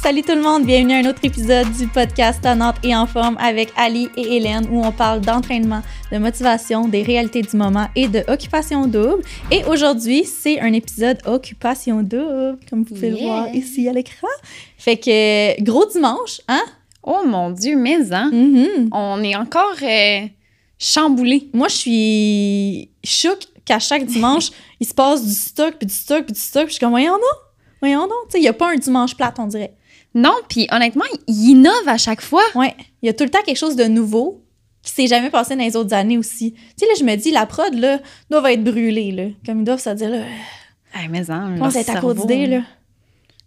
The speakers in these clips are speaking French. Salut tout le monde, bienvenue à un autre épisode du podcast Tonnante et en forme avec Ali et Hélène où on parle d'entraînement, de motivation, des réalités du moment et de occupation double. Et aujourd'hui, c'est un épisode occupation double, comme vous pouvez le Yeah. voir ici à l'écran. Fait que gros dimanche, hein? Oh mon Dieu, mais hein, Mhm. on est encore euh, chamboulé. Moi, je suis choc qu'à chaque dimanche, il se passe du stock, puis du stock, puis du stock. Puis je suis comme, voyons donc, voyons donc. Tu sais, il n'y a pas un dimanche plate, on dirait. Non, puis honnêtement, il innove à chaque fois. Ouais, il y a tout le temps quelque chose de nouveau qui s'est jamais passé dans les autres années aussi. Tu sais, là, je me dis, la prod, là, doit être brûlée, là. Comme ils doivent se dire, là, Ah, mais hein, comment ça leur va être à court cerveau, d'idées, là.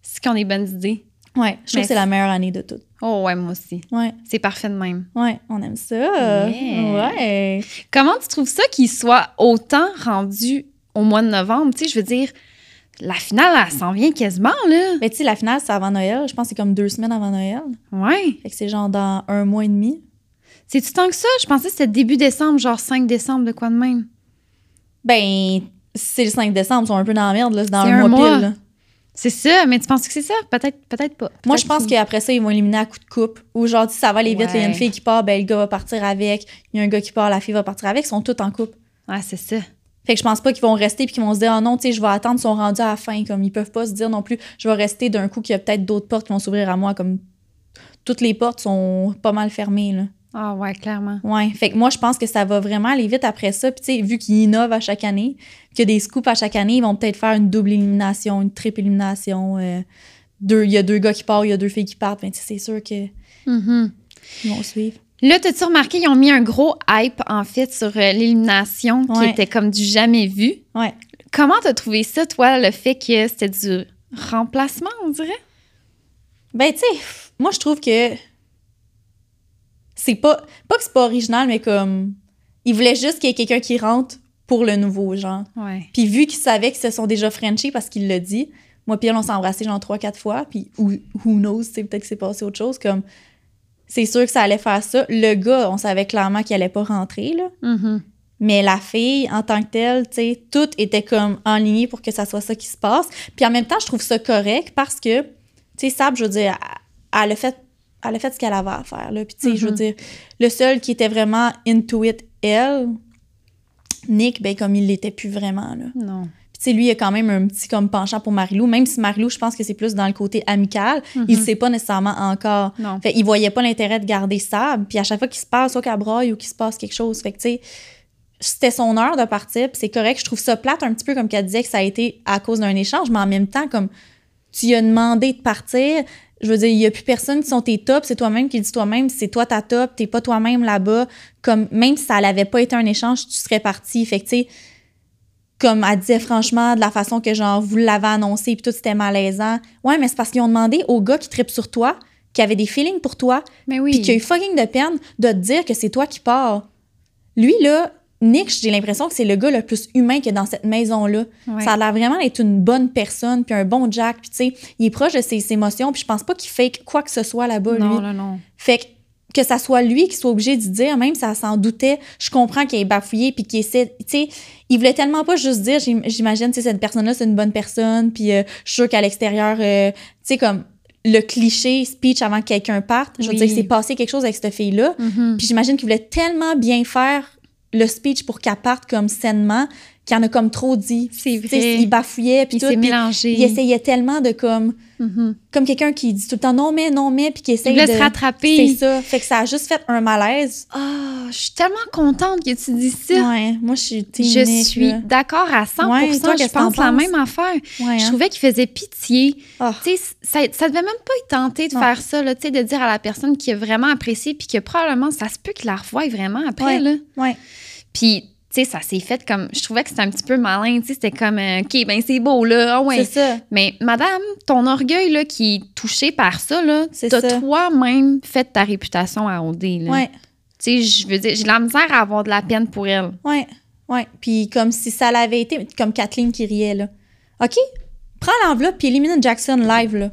C'est qu'on a des bonnes idées. Ouais, je trouve Mais que c'est la meilleure année de toutes. Oh ouais, moi aussi. Ouais, C'est parfait de même. ouais, on aime ça. Yeah. Ouais. Comment tu trouves ça qu'il soit autant rendu au mois de novembre? Tu sais, je veux dire, la finale, elle s'en vient quasiment, là. Mais tu sais, la finale, c'est avant Noël. Je pense que c'est comme deux semaines avant Noël. Ouais. Fait que c'est genre dans un mois et demi. C'est-tu tant que ça? Je pensais que c'était début décembre, genre 5 décembre, de quoi de même. Ben, c'est le 5 décembre, ils sont un peu dans la merde, là. C'est dans C'est un un mois, mois. pile, là. C'est ça, mais tu penses que c'est ça? Peut-être peut-être pas. Moi, Peut-être je pense qu'après ça, ils vont éliminer à coup de coupe. Ou genre, si ça va aller vite, là, il y a une Ouais. fille qui part, ben le gars va partir avec. Il y a un gars qui part, la fille va partir avec. Ils sont tous en couple. Ouais, c'est ça. Fait que je pense pas qu'ils vont rester puis qu'ils vont se dire, ah non, tu sais, je vais attendre, ils sont rendus à la fin. Comme ils peuvent pas se dire non plus, je vais rester d'un coup qu'il y a peut-être d'autres portes qui vont s'ouvrir à moi. Comme toutes les portes sont pas mal fermées, là. Ah ouais, clairement. Ouais. Fait que moi, je pense que ça va vraiment aller vite après ça. Puis, tu sais, vu qu'ils innovent à chaque année, qu'il y a des scoops à chaque année, ils vont peut-être faire une double élimination, une triple élimination. euh, deux- Il y a deux gars qui partent, il y a deux filles qui partent. Ben, tu sais, c'est sûr que. Mhm. Ils vont suivre. Là, t'as-tu remarqué, ils ont mis un gros hype, en fait, sur euh, l'élimination qui Ouais. était comme du jamais vu. Ouais. Comment t'as trouvé ça, toi, le fait que c'était du remplacement, on dirait? Ben, tu sais, pff, moi, je trouve que c'est pas. Pas que c'est pas original, mais comme. Ils voulaient juste qu'il y ait quelqu'un qui rentre pour le nouveau, genre. Ouais. Puis vu qu'ils savaient que se sont déjà Frenchés parce qu'il l'a dit, moi, puis elle, on s'est embrassés genre trois, quatre fois. Puis who, who knows, tu sais, peut-être que c'est passé autre chose. Comme. C'est sûr que ça allait faire ça. Le gars, on savait clairement qu'il allait pas rentrer, là. Mm-hmm. Mais la fille, en tant que telle, tu sais, tout était comme en ligne pour que ça soit ça qui se passe. Puis en même temps, je trouve ça correct parce que, tu sais, Sab, je veux dire, elle elle a fait, elle a fait ce qu'elle avait à faire. Là. Puis, tu sais, je veux Mhm. dire, le seul qui était vraiment into it, elle, Nick, ben comme il l'était plus vraiment. Là. Non. Puis, tu sais, lui, il a quand même un petit comme penchant pour Marilou, même si Marilou, je pense que c'est plus dans le côté amical, il sait pas nécessairement encore Non. fait, il voyait pas l'intérêt de garder Sable. Puis à chaque fois qu'il se passe, soit qu'elle broille ou qu'il se passe quelque chose. Fait que, tu sais, c'était son heure de partir. Puis c'est correct. Je trouve ça plate un petit peu comme qu'elle disait que ça a été à cause d'un échange. Mais en même temps, comme tu lui as demandé de partir, je veux dire, il y a plus personne qui sont tes tops. C'est toi-même qui le dis toi-même. C'est toi ta top. T'es pas toi-même là-bas. Comme même si ça n'avait pas été un échange, tu serais parti. Fait que, tu sais, comme elle disait franchement, de la façon que genre vous l'avez annoncé, puis tout c'était malaisant. Ouais, mais c'est parce qu'ils ont demandé au gars qui tripe sur toi, qui avait des feelings pour toi, Mais oui. puis qui a eu fucking de peine de te dire que c'est toi qui pars. Lui, là, Nick, j'ai l'impression que c'est le gars le plus humain que dans cette maison-là. Ouais. Ça a l'air vraiment d'être une bonne personne, puis un bon Jack, puis tu sais, il est proche de ses, ses émotions, puis je pense pas qu'il fake quoi que ce soit là-bas, lui. Non, là, non. Fait que, que ça soit lui qui soit obligé d'y dire, même si elle s'en doutait, je comprends qu'il ait bafouillé puis qu'il essaie. Tu sais, il voulait tellement pas juste dire, j'im- j'imagine, tu sais, cette personne-là, c'est une bonne personne, puis euh, je suis sûre qu'à l'extérieur, euh, tu sais, comme le cliché speech avant que quelqu'un parte, je veux Oui. dire, c'est passé quelque chose avec cette fille-là. Mhm. Puis j'imagine qu'il voulait tellement bien faire le speech pour qu'elle parte comme sainement qu'il en a comme trop dit. C'est Tu sais, vrai. il bafouillait, puis Il tout. s'est puis mélangé. il essayait tellement de comme. Mhm. Comme quelqu'un qui dit tout le temps non, mais, non, mais, puis qui Il essaye voulait de. se C'est rattraper. ça. Fait que ça a juste fait un malaise. Ah, je suis tellement contente que tu dis ça. Ouais, moi, je suis team Je Nick, suis là. d'accord à 100 Ouais, toi, qu'est-ce Je que t'en pense la penses? même affaire. Ouais, Je hein. trouvais qu'il faisait pitié. Ah. Tu sais, ça, ça devait même pas être tenté de Non. faire ça, là, tu sais, de dire à la personne qui a vraiment apprécié, puis que probablement, ça se peut qu'il la revoie vraiment après, Ouais. là. Ouais. Puis, tu sais, ça s'est fait comme... Je trouvais que c'était un petit peu malin, tu sais, c'était comme, euh, OK, ben c'est beau, là, ah ouais. C'est ça. Mais madame, ton orgueil, là, qui est touché par ça, là, C'est ça. t'as toi-même fait ta réputation à OD, là. Ouais, Tu sais, je veux dire, j'ai de la misère à avoir de la peine pour elle. ouais, ouais. Puis comme si ça l'avait été, comme Kathleen qui riait, là. OK, prends l'enveloppe puis élimine Jackson live, là.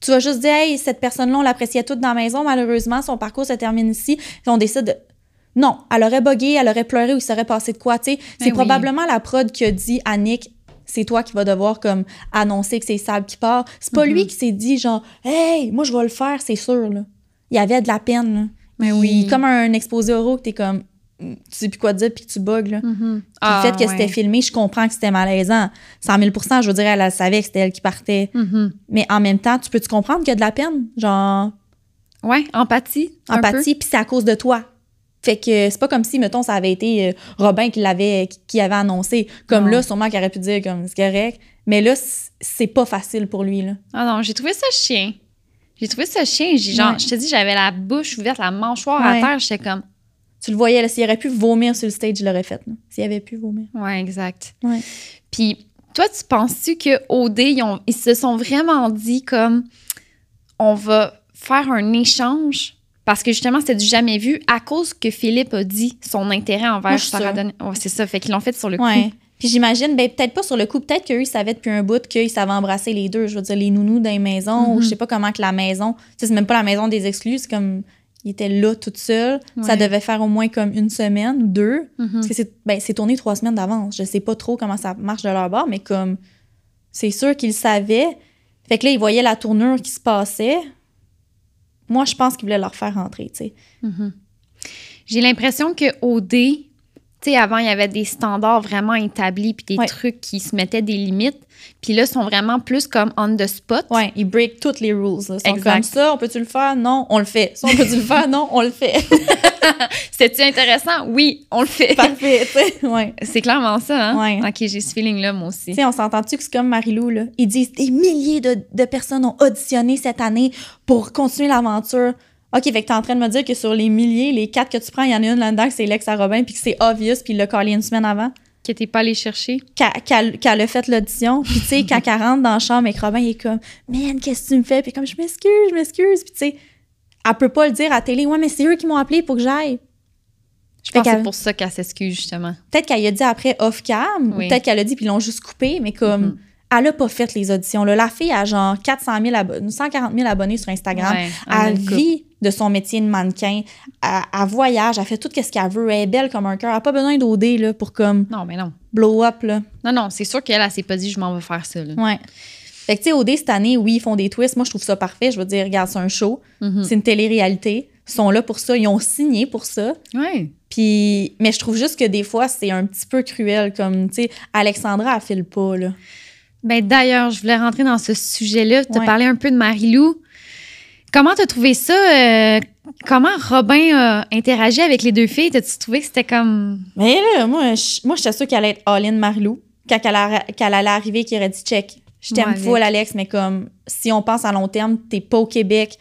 Tu vas juste dire, hey, cette personne-là, on l'appréciait toute dans la maison. Malheureusement, son parcours se termine ici. Puis on décide. de- Non, elle aurait bugué, elle aurait pleuré ou il serait passé de quoi, tu sais. C'est Ben oui. probablement la prod qui a dit à Nick, c'est toi qui vas devoir comme annoncer que c'est Sable qui part. C'est pas Mhm. lui qui s'est dit genre Hey, moi je vais le faire, c'est sûr. Là. Il avait de la peine. là. Mais Il- oui. Comme un exposé oraux que t'es comme mm, tu sais plus quoi dire puis que tu bugs. Là. Mhm. Mm-hmm. Puis Ah, le fait que ouais. c'était filmé, je comprends que c'était malaisant. 100 000 je veux dire, elle, elle savait que c'était elle qui partait. Mhm. Mais en même temps, tu peux-tu comprendre qu'il y a de la peine? Genre, Ouais, empathie. un empathie, puis c'est à cause de toi. Fait que c'est pas comme si, mettons, ça avait été euh, Robin qui l'avait qui avait annoncé. Comme Non. là, sûrement qu'il aurait pu dire comme c'est correct. Mais là, c- c'est pas facile pour lui. Là. peu. Ah non, j'ai trouvé ça chien. J'ai trouvé ça chien. J'ai, genre, Ouais. je te dis, j'avais la bouche ouverte, la mâchoire à Ouais. terre. J'étais comme, Tu le voyais, là, s'il aurait pu vomir sur le stage, il l'aurait fait. là. S'il avait pu vomir. ouais, exact. Ouais. Puis, toi, tu penses-tu que OD, ils, ont- ils se sont vraiment dit comme, on va faire un échange? Parce que justement, c'était du jamais vu à cause que Philippe a dit son intérêt envers Moi, je suis Sarah sûre. Donne- Ouais, c'est ça. Fait qu'ils l'ont fait sur le Ouais. coup. Puis j'imagine, ben, peut-être pas sur le coup, peut-être qu'eux, ils savaient depuis un bout qu'ils savaient embrasser les deux. Je veux dire, les nounous dans les maisons, ou je Mhm. sais pas comment que la maison. Tu sais, c'est même pas la maison des exclus, c'est comme. Ils étaient là toute seule. Ça Ouais. devait faire au moins comme une semaine ou deux. Mhm. Parce que c'est ben, c'est tourné trois semaines d'avance. Je sais pas trop comment ça marche de leur bord, mais comme c'est sûr qu'ils le savaient. Fait que là, ils voyaient la tournure qui se passait. Moi, je pense qu'ils voulaient leur faire rentrer, tu sais. Mhm. J'ai l'impression que OD, tu sais, avant, il y avait des standards vraiment établis puis des Ouais. trucs qui se mettaient des limites. Puis là, ils sont vraiment plus comme on the spot. Ouais, ils break toutes les rules. là. Ils sont Exact. comme ça, on peut-tu le faire? Non, on le fait. Ça, on peut-tu le faire? Non, on le fait. C'était-tu intéressant? Oui, on le fait. Parfait, tu sais. Ouais. C'est clairement ça, hein? Ouais. OK, j'ai ce feeling-là, moi aussi. Tu sais, on s'entend-tu que c'est comme Marilou, là? Ils disent des milliers de, de personnes ont auditionné cette année pour continuer l'aventure. OK, fait que t'es en train de me dire que sur les milliers, les quatre que tu prends, il y en a une là-dedans que c'est Lex à Robin, puis que c'est obvious, puis il l'a collé une semaine avant, Que t'es pas allé chercher. qu'elle qu'elle- qu'elle a fait l'audition. Puis tu sais, quand elle rentre dans la chambre avec Robin, il est comme « Man, qu'est-ce que tu me fais? » Puis comme « Je m'excuse, je m'excuse. » Puis tu sais, elle peut pas le dire à la télé « Ouais, mais c'est eux qui m'ont appelé pour que j'aille. » Fait Je pense que c'est qu'elle- pour ça qu'elle s'excuse, justement. Peut-être qu'elle a dit après off-cam, Oui. ou peut-être qu'elle a dit puis ils l'ont juste coupé, mais comme Mhm. elle a pas fait les auditions. là. La fille a genre 400 000 abonnés, 140 000 abonnés sur Instagram. Ouais, en elle une coupe. vit de son métier de mannequin. Elle, elle voyage, elle fait tout ce qu'elle veut. Elle est belle comme un cœur. Elle n'a pas besoin d'OD là, pour comme Non, mais non. blow up. Là. Non, non, c'est sûr qu'elle, elle s'est pas dit, je m'en vais faire ça, là. Ouais. Fait que tu sais, OD cette année, oui, ils font des twists. Moi, je trouve ça parfait. Je veux dire, regarde, c'est un show. Mhm. C'est une télé-réalité. Ils sont là pour ça. Ils ont signé pour ça. Ouais. Puis, mais je trouve juste que des fois, c'est un petit peu cruel. Comme, tu sais, Alexandra, elle file pas, là. Ben d'ailleurs, je voulais rentrer dans ce sujet-là, te Ouais. parler un peu de Marie-Lou. Comment t'as trouvé ça? euh, comment Robin a interagi avec les deux filles? T'as-tu trouvé que c'était comme... Mais là, moi, je, moi, j'étais sûre qu'elle allait être all-in Marilou. Quand elle, arri- qu'elle allait arriver, qu'il aurait dit check. Je Moi t'aime avec. full, Alex, mais comme si on pense à long terme, t'es pas au Québec,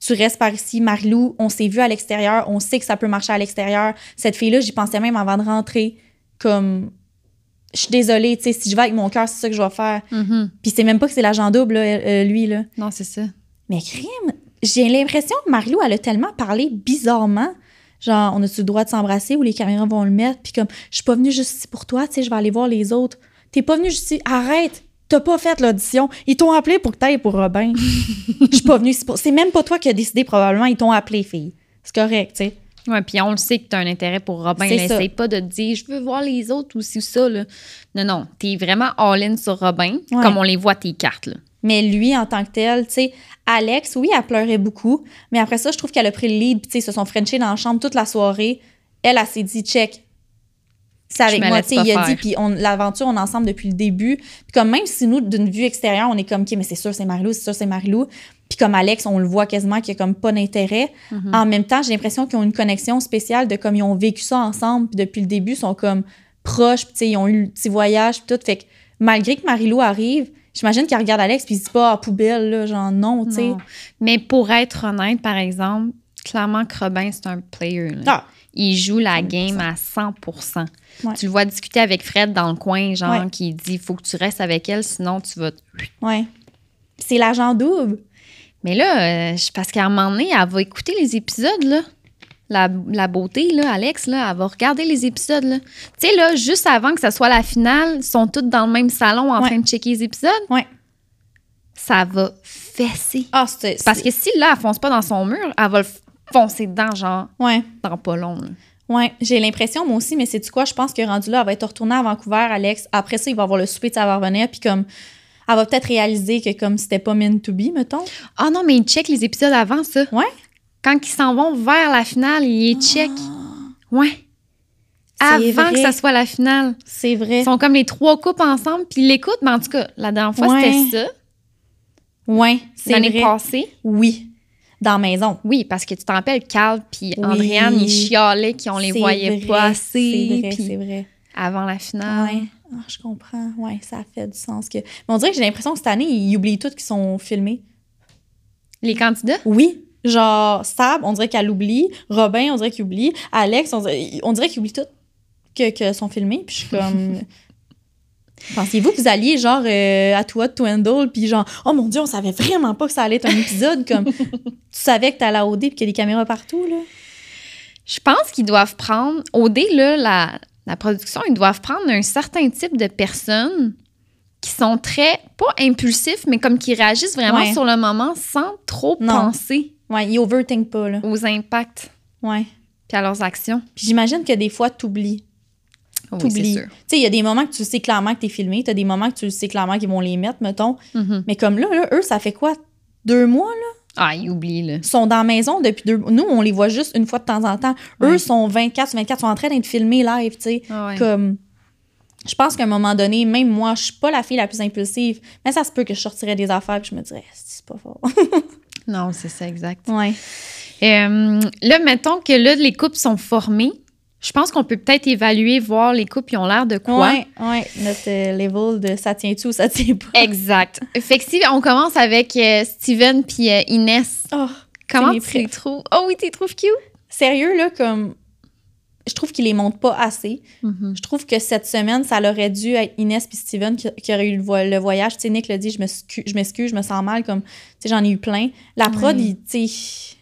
tu restes par ici, Marilou, on s'est vu à l'extérieur, on sait que ça peut marcher à l'extérieur. Cette fille-là, j'y pensais même avant de rentrer. Comme, je suis désolée, tu sais, si je vais avec mon cœur, c'est ça que je vais faire. Puis c'est même pas que c'est l'agent double, là, euh, lui, là. Non, c'est ça. Mais crime, j'ai l'impression que Marilou, elle a tellement parlé bizarrement. Genre, on a-tu le droit de s'embrasser ou les caméras vont le mettre? Puis comme, je suis pas venue juste ici pour toi, tu sais, je vais aller voir les autres. T'es pas venue juste ici. Arrête! T'as pas fait l'audition. Ils t'ont appelé pour que t'ailles pour Robin. Je suis pas venue ici pour. C'est même pas toi qui as décidé, probablement. Ils t'ont appelé, fille. C'est correct, tu sais. Ouais, puis on le sait que t'as un intérêt pour Robin. C'est là. ça. Essaye pas de te dire, je veux voir les autres ou si ou ça. Là. Non, non, t'es vraiment all-in sur Robin, Ouais. comme on les voit tes cartes. Là. Mais lui, en tant que tel, tu sais, Alex, oui, elle pleurait beaucoup, mais après ça, je trouve qu'elle a pris le lead, puis tu sais, ils se sont frenchés dans la chambre toute la soirée. Elle, elle, s'est dit, check. C'est avec me moi, laisse tu sais, il pas a dit, faire. puis on- l'aventure, on est ensemble depuis le début. Puis comme même si nous, d'une vue extérieure, on est comme, OK, mais c'est sûr, c'est Marilou, c'est sûr, c'est Marilou. Puis comme Alex, on le voit quasiment qu'il y a comme pas d'intérêt. Mhm. En même temps, j'ai l'impression qu'ils ont une connexion spéciale de comme ils ont vécu ça ensemble, puis depuis le début, ils sont comme proches, puis tu sais, ils ont eu le petit voyage, puis tout. Fait que malgré que Marilou arrive, j'imagine qu'elle regarde Alex, puis il se dit pas à poubelle, là, genre non, tu sais. Non. Mais pour être honnête, par exemple, clairement que Robin, c'est un player. là. Ah, Il joue la 100%. game à 100 Ouais. Tu le vois discuter avec Fred dans le coin, genre, Ouais. qui dit faut que tu restes avec elle, sinon tu vas. te- ouais. C'est l'agent double. Mais là, euh, je- parce qu'à un moment donné, elle va écouter les épisodes, là. La, la beauté, là, Alex, là, elle va regarder les épisodes, là. Tu sais, là, juste avant que ça soit la finale, ils sont toutes dans le même salon en Ouais. train de checker les épisodes. Ouais. Ça va fesser. Ah, c'est. Parce que si là, elle fonce pas dans son mur, elle va le f- foncer dedans, genre, Ouais. dans pas long, là. Ouais, j'ai l'impression, moi aussi, mais c'est du quoi? Je pense que rendu là, elle va être retournée à Vancouver, Alex. Après ça, il va avoir le souper, de ça va revenir. Puis comme, elle va peut-être réaliser que comme c'était pas meant to be, mettons. Ah non, mais il check les épisodes avant ça. Ouais. Quand ils s'en vont vers la finale, il les check. Ouais. Ah. C'est Avant vrai. que ça soit la finale. C'est vrai. Ils sont comme les trois couples ensemble, puis ils l'écoutent. Mais en tout cas, la dernière fois, Ouais. c'était ça. Ouais, c'est L'année vrai. passée. Oui, dans la maison. Oui, parce que tu t'en rappelles, Carl puis Oui. Andréane, ils chialaient qu'on les C'est voyait vrai, pas C'est assez. vrai, puis c'est vrai. avant la finale. Ouais. Ah, je comprends. Ouais, ça fait du sens que. Mais on dirait que j'ai l'impression que cette année, ils oublient tout qu'ils sont filmés. Les candidats? Oui. Genre, Sab, on dirait qu'elle oublie. Robin, on dirait qu'il oublie. Alex, on dirait, on dirait qu'il oublie tout que, que sont filmés. Puis je suis comme. Pensez-vous que vous alliez genre euh, à toi de Twindle, puis genre, oh mon Dieu, on savait vraiment pas que ça allait être un épisode. comme, tu savais que t'allais à OD, puis qu'il y a des caméras partout, là. Je pense qu'ils doivent prendre, au dé, là, la, la production, ils doivent prendre un certain type de personnes qui sont très, pas impulsifs, mais comme qui réagissent vraiment Ouais. sur le moment sans trop Non. penser Ouais, ils overthink pas, là. aux impacts Ouais. puis à leurs actions. Ah Puis j'imagine que des fois, t'oublies. Oui, T'oublies. c'est sûr. Tu sais, il y a des moments que tu sais clairement que t'es filmé, t'as des moments que tu sais clairement qu'ils vont les mettre, mettons. Mhm. Mais comme là, là, eux, ça fait quoi? Deux mois, là? Ah, ils oublient, là. Ils sont dans la maison depuis deux mois. Nous, on les voit juste une fois de temps en temps. Eux Ouais. sont 24 sur 24, sont en train d'être filmés live, tu sais. Ah ouais. Comme, je pense qu'à un moment donné, même moi, je suis pas la fille la plus impulsive, mais ça se peut que je sortirais des affaires puis je me dirais, Esti, c'est pas fort. Non, c'est ça, exact. ouais. Euh, là, mettons que là, les couples sont formés. Je pense qu'on peut peut-être évaluer, voir les couples, ils ont l'air de quoi. Ouais, ouais. Notre euh, level de ça tient-tu ou ça tient pas. Exact. Fait que si on commence avec euh, Steven puis euh, Inès, Oh, comment mes tu les trouves? Oh oui, tu les trouves cute? sérieux, là, comme, je trouve qu'ils les montrent pas assez. Je trouve que cette semaine, ça aurait dû être Inès puis Steven qui, qui auraient eu le, vo- le voyage. Tu sais, Nick l'a dit, je m'excu- je m'excuse, je me sens mal, comme, tu sais, j'en ai eu plein. La prod, Ouais. ils- tu sais,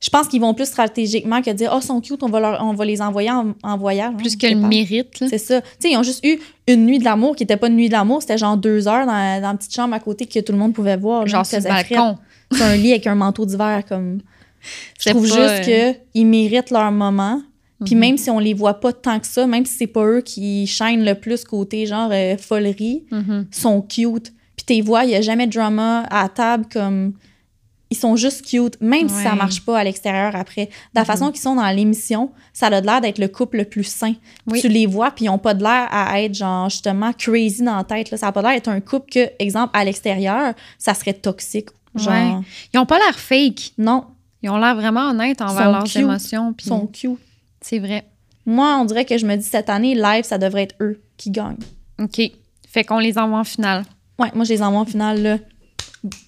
je pense qu'ils vont plus stratégiquement que dire, oh, ils sont cute, on va, leur- on va les envoyer en, en voyage. Plus hein, que je le sais pas. mérite. là. C'est ça. Tu sais, ils ont juste eu une nuit de l'amour qui n'était pas une nuit de l'amour, c'était genre deux heures dans, la- dans la petite chambre à côté que tout le monde pouvait voir. là, Genre qui sur le faisait frette balcon. sur un lit avec un manteau d'hiver comme je C'est trouve pas, juste euh, que ils méritent leur moment puis Mhm. même si on les voit pas tant que ça même si c'est pas eux qui chaînent le plus côté genre euh, folerie Mhm. sont cute puis tes voix il y a jamais de drama à la table comme ils sont juste cute même si ça Ouais. marche pas à l'extérieur après de la Mhm. façon qu'ils sont dans l'émission ça a l'air d'être le couple le plus sain Oui. tu les vois puis ils ont pas de l'air à être genre justement crazy dans la tête là. ça a pas l'air d'être un couple que exemple à l'extérieur ça serait toxique genre Ouais. Ils ont pas l'air fake. non, Ils ont l'air vraiment honnêtes envers sont leurs cute. émotions. ils puis sont cute. C'est vrai. Moi, on dirait que je me dis cette année, live, ça devrait être eux qui gagnent. OK. Fait qu'on les envoie en finale. Ouais, moi, je les envoie en finale, là.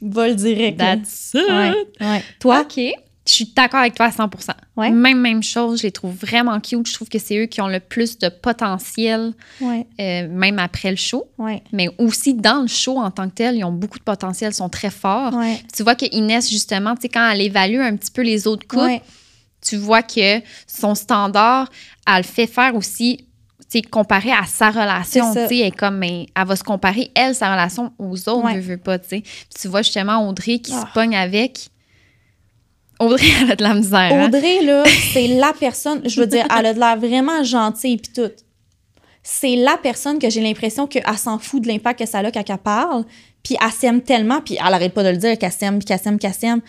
Vol direct. là. That's it. Ouais, ouais. Toi? OK. Je suis d'accord avec toi à 100 Ouais. Même, même chose. Je les trouve vraiment cute. Je trouve que c'est eux qui ont le plus de potentiel, Ah, Ouais, euh, même après le show. ouais, Mais aussi dans le show en tant que tel, ils ont beaucoup de potentiel, ils sont très forts. ouais. Tu vois que Inès, justement, tu sais, quand elle évalue un petit peu les autres couples, Ouais, tu vois que son standard, elle le fait faire aussi, tu sais, comparé à sa relation, C'est tu ça. sais, elle est comme, mais elle va se comparer, elle, sa relation aux autres, Ouais. veut, veut pas, tu sais. Puis tu vois justement Audrey qui Ah. se pogne avec. Audrey, elle a de la misère. hein. Audrey, là, c'est la personne, je veux dire, elle a de l'air vraiment gentille puis tout. C'est la personne que j'ai l'impression qu'elle s'en fout de l'impact que ça a quand elle parle, puis elle s'aime tellement, puis elle arrête pas de le dire, qu'elle s'aime, puis qu'elle s'aime, qu'elle s'aime.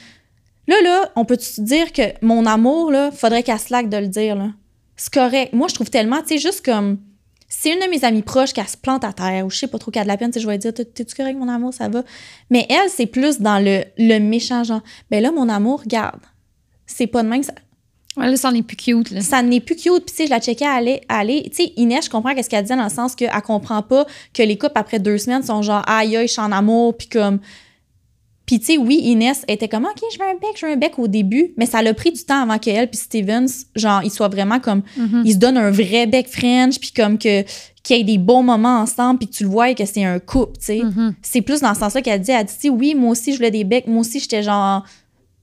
Là, là, on peut-tu dire que mon amour, là, faudrait qu'elle slack de le dire, là? C'est correct. Moi, je trouve tellement, tu sais, juste comme... C'est une de mes amies proches qu'elle se plante à terre ou je sais pas trop qu'elle a de la peine, tu sais, je vais lui dire, t'es-tu correct, mon amour, ça va? Mais elle, c'est plus dans le, le méchant genre, ben là, mon amour, regarde, c'est pas de même, que ça- Ouais, là, ça en est plus cute, là. ça n'est plus cute. Puis, tu sais, je la checkais aller. aller. Tu sais, Inès, je comprends qu'est-ce qu'elle dit dans le sens qu'elle comprend pas que les couples, après deux semaines, sont genre, aïe, aïe, je suis en amour. Puis, comme. Puis, tu sais, oui, Inès était comme, OK, je veux un bec, je veux un bec au début. Mais ça l'a pris du temps avant qu'elle, puis Stevens, genre, ils soient vraiment comme. Mhm. Ils se donnent un vrai bec French, puis comme que. Qu'il y ait des bons moments ensemble, puis que tu le vois et que c'est un couple, tu sais. Mhm. C'est plus dans ce sens-là qu'elle dit, elle dit, Tu sais, oui, moi aussi, je voulais des becs, moi aussi, j'étais genre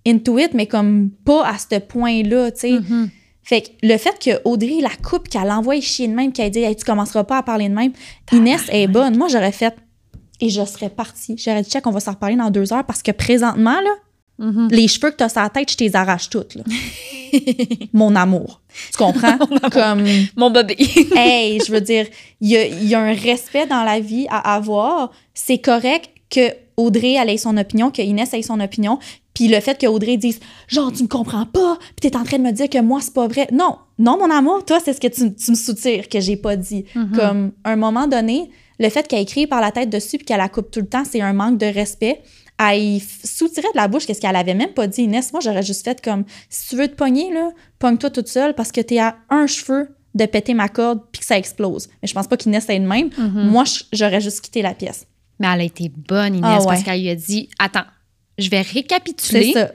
into it, mais comme pas à ce point-là, tu sais. Mhm. Fait que le fait que Audrey la coupe, qu'elle l'envoie chier de même, qu'elle dit hey, tu commenceras pas à parler de même, Inès est bonne. Moi, j'aurais fait et je serais partie. J'aurais dit check, on va s'en reparler dans deux heures parce que présentement, là, Mhm. Les cheveux que t'as sur la tête, je t'es arrache toutes, là. Mon amour. Tu comprends? Comme, Mon bébé. hey, je veux dire, il y a, il y a un respect dans la vie à avoir. C'est correct que Audrey elle ait son opinion, que Inès ait son opinion, puis le fait que Audrey dise genre tu me comprends pas, puis t'es en train de me dire que moi c'est pas vrai. Non, non mon amour, toi c'est ce que tu, tu me soutires que j'ai pas dit. Comme à un moment donné, le fait qu'elle écrit par la tête dessus puis qu'elle la coupe tout le temps, c'est un manque de respect. Elle f- soutirait de la bouche qu'est-ce qu'elle avait même pas dit Inès. Moi j'aurais juste fait comme si tu veux te pogner là, pogne-toi toute seule parce que t'es à un cheveu de péter ma corde puis que ça explose. Mais je pense pas qu'Inès ait de même. Moi je- j'aurais juste quitté la pièce. Mais elle a été bonne, Inès, Ah ouais. parce qu'elle lui a dit Attends, je vais C'est récapituler. ça.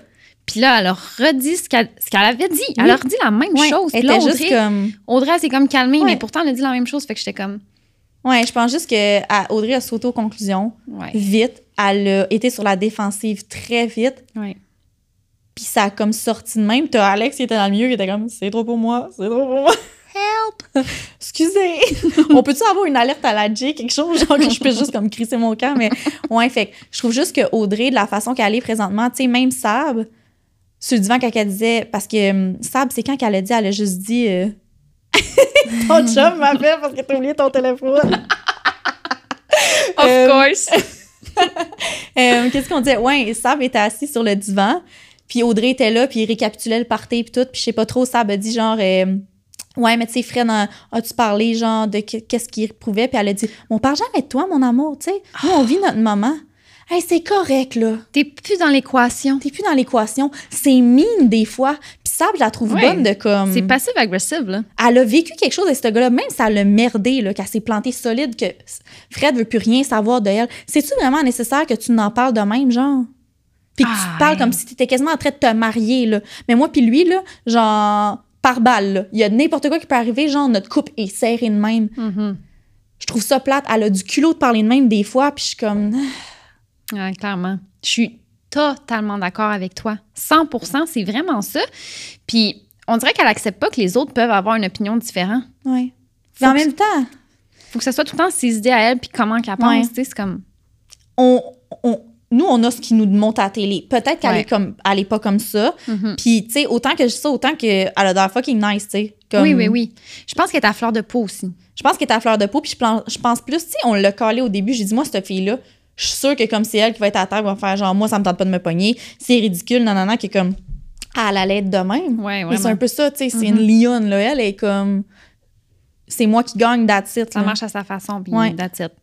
Puis là, elle leur redit ce qu'elle ce qu'elle avait dit. Elle Oui. leur dit la même Ouais, chose. Puis elle là, était Audrey, juste comme Audrey, elle s'est comme calmée, Ouais. mais pourtant, elle a dit la même chose. Fait que j'étais comme Ouais, je pense juste que à- Audrey a sauté aux conclusions Ouais. vite. Elle a été sur la défensive très vite. Ouais. Puis ça a comme sorti de même. T'as Alex qui était dans le milieu qui était comme c'est trop pour moi, c'est trop pour moi. Help! Excusez! On peut-tu avoir une alerte à la J, quelque chose, genre que je puisse juste comme crisser mon camp, mais ouais, fait que je trouve juste que Audrey, de la façon qu'elle est présentement, tu sais, même Sab, sur le divan, quand elle disait, parce que hum, Sab, c'est quand qu'elle a dit, elle a juste dit euh, Ton chum m'appelle parce que t'as oublié ton téléphone. Of Euh, course. Euh, Qu'est-ce qu'on disait? Ouais, Sab était assis sur le divan, puis Audrey était là, puis il récapitulait le party, puis tout, puis je sais pas trop, Sab a dit genre... euh, Ouais, mais tu sais, Fred, hein, as-tu parlé, genre, de que- qu'est-ce qu'il prouvait? Puis elle a dit, on parle jamais de toi, mon amour, tu sais. Nous, on vit notre moment. Hey, c'est correct, là. T'es plus dans l'équation. T'es plus dans l'équation. C'est mine, des fois. Puis Sab, je la trouve Ouais. bonne de comme. C'est passive-agressive, là. Elle a vécu quelque chose avec ce gars-là, même ça l'a merdé, là, qu'elle s'est plantée solide, que Fred veut plus rien savoir de elle. C'est-tu vraiment nécessaire que tu n'en parles de même, genre? Puis que tu Ah, te parles ouais. comme si t'étais quasiment en train de te marier, là. Mais moi, puis lui, là, genre, par balle, là. Il y a n'importe quoi qui peut arriver, genre, notre couple est serré de même. Mhm. Je trouve ça plate. Elle a du culot de parler de même des fois, puis je suis comme. Ouais, clairement. Je suis totalement d'accord avec toi. 100 c'est vraiment ça. Puis on dirait qu'elle accepte pas que les autres peuvent avoir une opinion différente. Ouais. Mais en que- même temps, Faut que ça soit tout le temps ses idées à elle puis comment qu'elle pense, Ouais. tu sais, c'est comme on, on- nous, on a ce qui nous monte à la télé. Peut-être qu'elle Ouais. est comme, elle est pas comme ça. Mhm. Puis, tu sais, autant que je dis ça, autant qu'elle a l'air fucking nice, tu sais. Comme- Oui, oui, oui. Je pense qu'elle est à fleur de peau aussi. Je pense qu'elle est à fleur de peau, puis je, plan- je pense plus, tu sais, on l'a collé au début, j'ai dit, moi, cette fille-là, je suis sûre que comme c'est elle qui va être à terre, elle va faire genre, moi, ça me tente pas de me pogner, c'est ridicule, non, non, non, qui est comme, à la lettre de même. Ouais, Mais c'est un vraiment. peu ça, tu sais, c'est Mhm. une lionne, là, elle est comme, c'est moi qui gagne, that's it. Ça là. marche à sa façon puis Ouais. that's it. Tu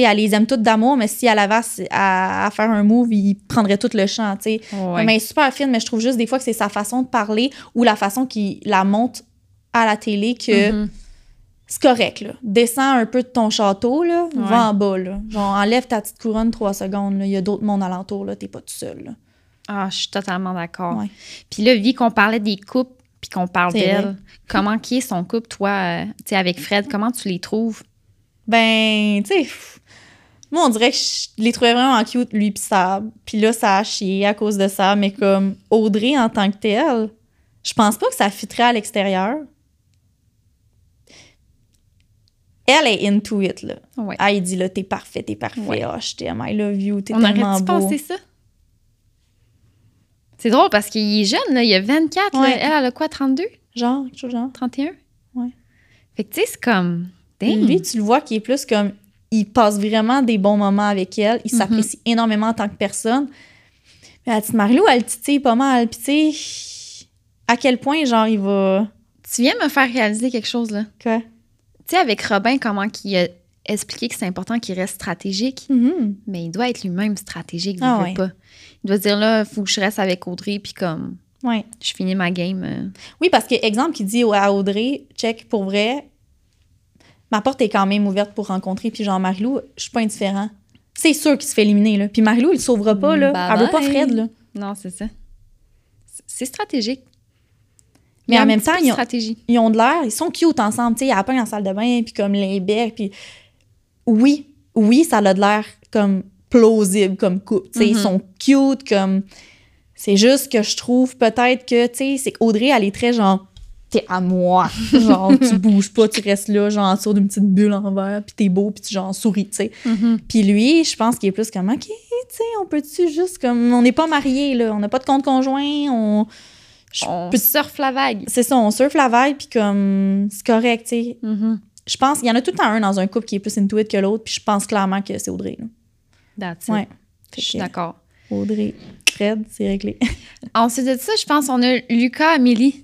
sais, elle les aime toutes d'amour, mais si elle avait à, à faire un move, il prendrait tout le champ, tu sais. Ouais. Mais elle est super fine, mais je trouve juste des fois que c'est sa façon de parler ou la façon qu'il la monte à la télé que Mhm. c'est correct, là. Descends un peu de ton château, là, va en bas, là. Genre, enlève ta petite couronne trois secondes, là. Il y a d'autres mondes alentour, là. T'es pas tout seul, là. Ah, je suis totalement d'accord. Ouais. Puis là, vu qu'on parlait des couples puis qu'on parle C'est vrai. d'elle, comment qui est son couple toi, euh, tu sais avec Fred, comment tu les trouves Ben, tu sais, pff, moi, on dirait que je les trouvais vraiment cute, lui pis Sab. Puis là, ça a chié à cause de ça, mais comme Audrey en tant que telle, je pense pas que ça fitterait à l'extérieur. Elle est into it, là. Ouais. Ah, il dit là, t'es parfait, t'es parfait. Ouais. Oh, je t'aime, I love you, t'es On tellement aurait-tu beau. pensé ça? C'est drôle parce qu'il est jeune, là, il a 24. là. Ouais. Elle, elle a quoi, 32? Genre, quelque chose de genre. 31? Ouais. Mm-hmm. Fait que tu sais, c'est comme. Damn. Lui, tu le vois qui est plus comme, il passe vraiment des bons moments avec elle, il Mhm. s'apprécie énormément en tant que personne. Mais la petite Marilou, elle titille pas mal. Puis tu sais, à quel point, genre, il va... Tu viens me faire réaliser quelque chose, là. Quoi? Tu sais, avec Robin, comment qu'il a expliqué que c'est important qu'il reste stratégique, Mhm. mais il doit être lui-même stratégique, il Ah veut ouais. pas. Il doit se dire, là, faut que je reste avec Audrey, puis comme, Ouais. je finis ma game. euh. Oui, parce que, exemple, qui dit à Audrey, check, pour vrai, ma porte est quand même ouverte pour rencontrer, puis genre, Marilou, je suis pas indifférent. C'est sûr qu'il se fait éliminer, là. Puis Marilou, il le sauvera pas, là. Bye elle veut pas Bah bye. Fred, là. Non, c'est ça. C'est- C'est stratégique. Mais Il y a en un même petit peu temps, de ils ont- stratégie. ils ont de l'air, ils sont cute ensemble, tu sais, à la peine en salle de bain, puis comme les becs, puis oui, oui, ça a de l'air comme plausible comme couple, tu sais, ils Mhm. sont cute comme c'est juste que je trouve peut-être que tu sais, c'est qu'Audrey elle est très genre t'es à moi. Genre, tu bouges pas, tu restes là, genre, autour d'une petite bulle en verre, puis t'es beau, puis tu, genre, souris, tu sais. Mhm. Puis lui, je pense qu'il est plus comme, OK, tu sais, on peut-tu juste comme, on n'est pas mariés, là, on n'a pas de compte conjoint, on. je On peux- surfe la vague. C'est ça, on surfe la vague, puis comme, c'est correct, tu sais. Mhm. Je pense qu'il y en a tout le temps un dans un couple qui est plus intuit que l'autre, puis je pense clairement que c'est Audrey, là. That's it. Ouais. Fait Je suis que d'accord. Audrey, Fred, c'est réglé. Ensuite de ça, je pense qu'on a Lucas, Amélie.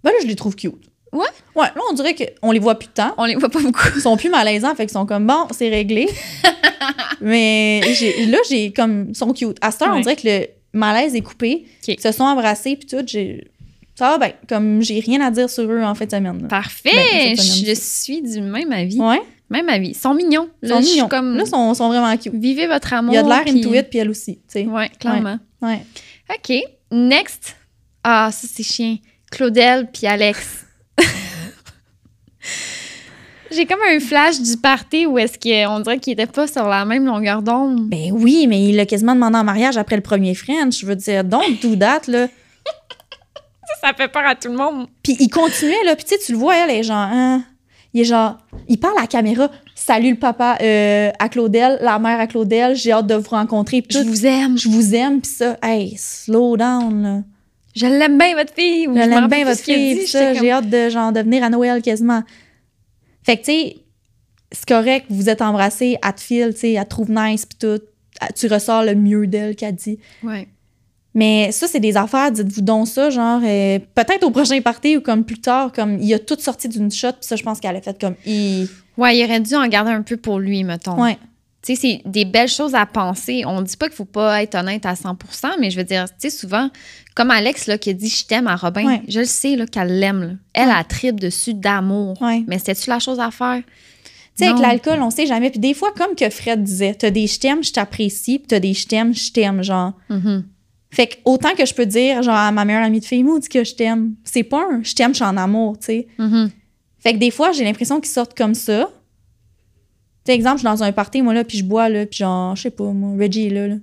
ben là, je les trouve cute. Ouais? Ouais, là, on dirait qu'on les voit plus tant. On les voit pas beaucoup. Ils sont plus malaisants, fait qu'ils sont comme bon, c'est réglé. Mais j'ai- là, j'ai comme. Ils sont cute. À cette heure, on Ouais. dirait que le malaise est coupé. Ok. Ils se sont embrassés, puis tout. j'ai- Ça va bien. Comme j'ai rien à dire sur eux en fait de semaine. là. Parfait! Ben, ça, ça je m'aime suis du même avis. Ouais, Même avis. Ils sont mignons. ils Là, sont je suis mignons. comme- Là, ils sont, sont vraiment cute. Vivez votre amour. Il y a de l'air puis- intuit, puis elle aussi. tu sais. Ouais, clairement. Ouais. OK. Next. Ah, ça, c'est chien. Claudel puis Alex. J'ai comme un flash du party où est-ce qu'on dirait qu'ils étaient pas sur la même longueur d'onde. Ben oui, mais il l'a quasiment demandé en mariage après le premier French. Je veux dire, donc, tout date, là. Ça fait peur à tout le monde. Puis il continuait, là. Puis tu sais, tu le vois, elle est genre, hein? Il est genre, il parle à la caméra. Salut le papa euh, à Claudel, la mère à Claudel, j'ai hâte de vous rencontrer. Puis Je tout, vous aime. je vous aime, puis ça. Hey, slow down, là. Je l'aime bien, votre fille. Ou Je me l'aime rappelle bien, plus votre ce qu'il a fille, dit. puis ça. J'étais comme- J'ai hâte de, genre, de venir à Noël quasiment. Fait que, tu sais, c'est correct, vous êtes embrassés, elle te file, tu sais, elle te trouve nice, puis tout. Elle- Tu ressors le mieux d'elle qu'elle dit. Ouais. Mais ça, c'est des affaires, dites-vous donc ça, genre, euh, peut-être au prochain party ou comme plus tard, comme il a tout sorti d'une shot, puis ça, je pense qu'elle a fait comme. Hi. Ouais, il aurait dû en garder un peu pour lui, mettons. Ouais. Tu sais, c'est des belles choses à penser. On dit pas qu'il faut pas être honnête à 100 mais je veux dire, tu sais, souvent, comme Alex là, qui a dit je t'aime à Robin, Ouais. je le sais là, qu'elle l'aime. là. Elle, Ouais. a tripe dessus d'amour. Ouais. Mais c'était-tu la chose à faire? Tu sais, avec Non. l'alcool, on sait jamais. Puis des fois, comme que Fred disait, t'as des je t'aime, je t'apprécie, puis t'as des je t'aime, je t'aime, genre. Mhm. Fait que autant que je peux dire, genre, à ma meilleure amie de fille, dit que je t'aime. C'est pas un je t'aime, je suis en amour, tu sais. Mhm. Fait que des fois, j'ai l'impression qu'ils sortent comme ça. Tu sais, exemple, je suis dans un party, moi, là, puis je bois, là, puis genre, je sais pas, moi, Reggie est là, là.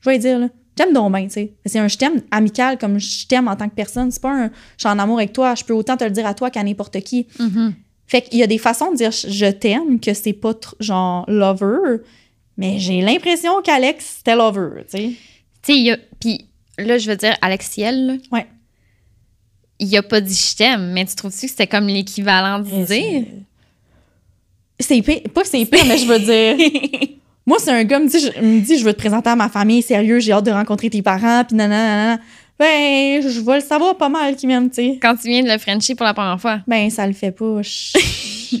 Je vais lui dire, là, je t'aime donc bien, tu sais. Mais C'est un je t'aime amical, comme je t'aime en tant que personne. C'est pas un je suis en amour avec toi, je peux autant te le dire à toi qu'à n'importe qui. Mhm. Fait qu'il y a des façons de dire je je t'aime, que c'est pas tr- genre lover, mais j'ai l'impression qu'Alex, c'était lover, tu sais. Tu sais, il y a- puis là, je veux dire, Alexiel, là, Ouais. il a pas dit je t'aime, mais tu trouves-tu que c'était comme l'équivalent de dire? C'est épais. Pas que c'est épais, mais je veux dire. Moi, c'est un gars me dit, je, me dit, je veux te présenter à ma famille, sérieux, j'ai hâte de rencontrer tes parents, puis nanana. nanana. Ben, je vais le savoir pas mal qui m'aime, tu sais. Quand tu viens de le Frenchie pour la première fois, Ben, ça le fait pas. Je-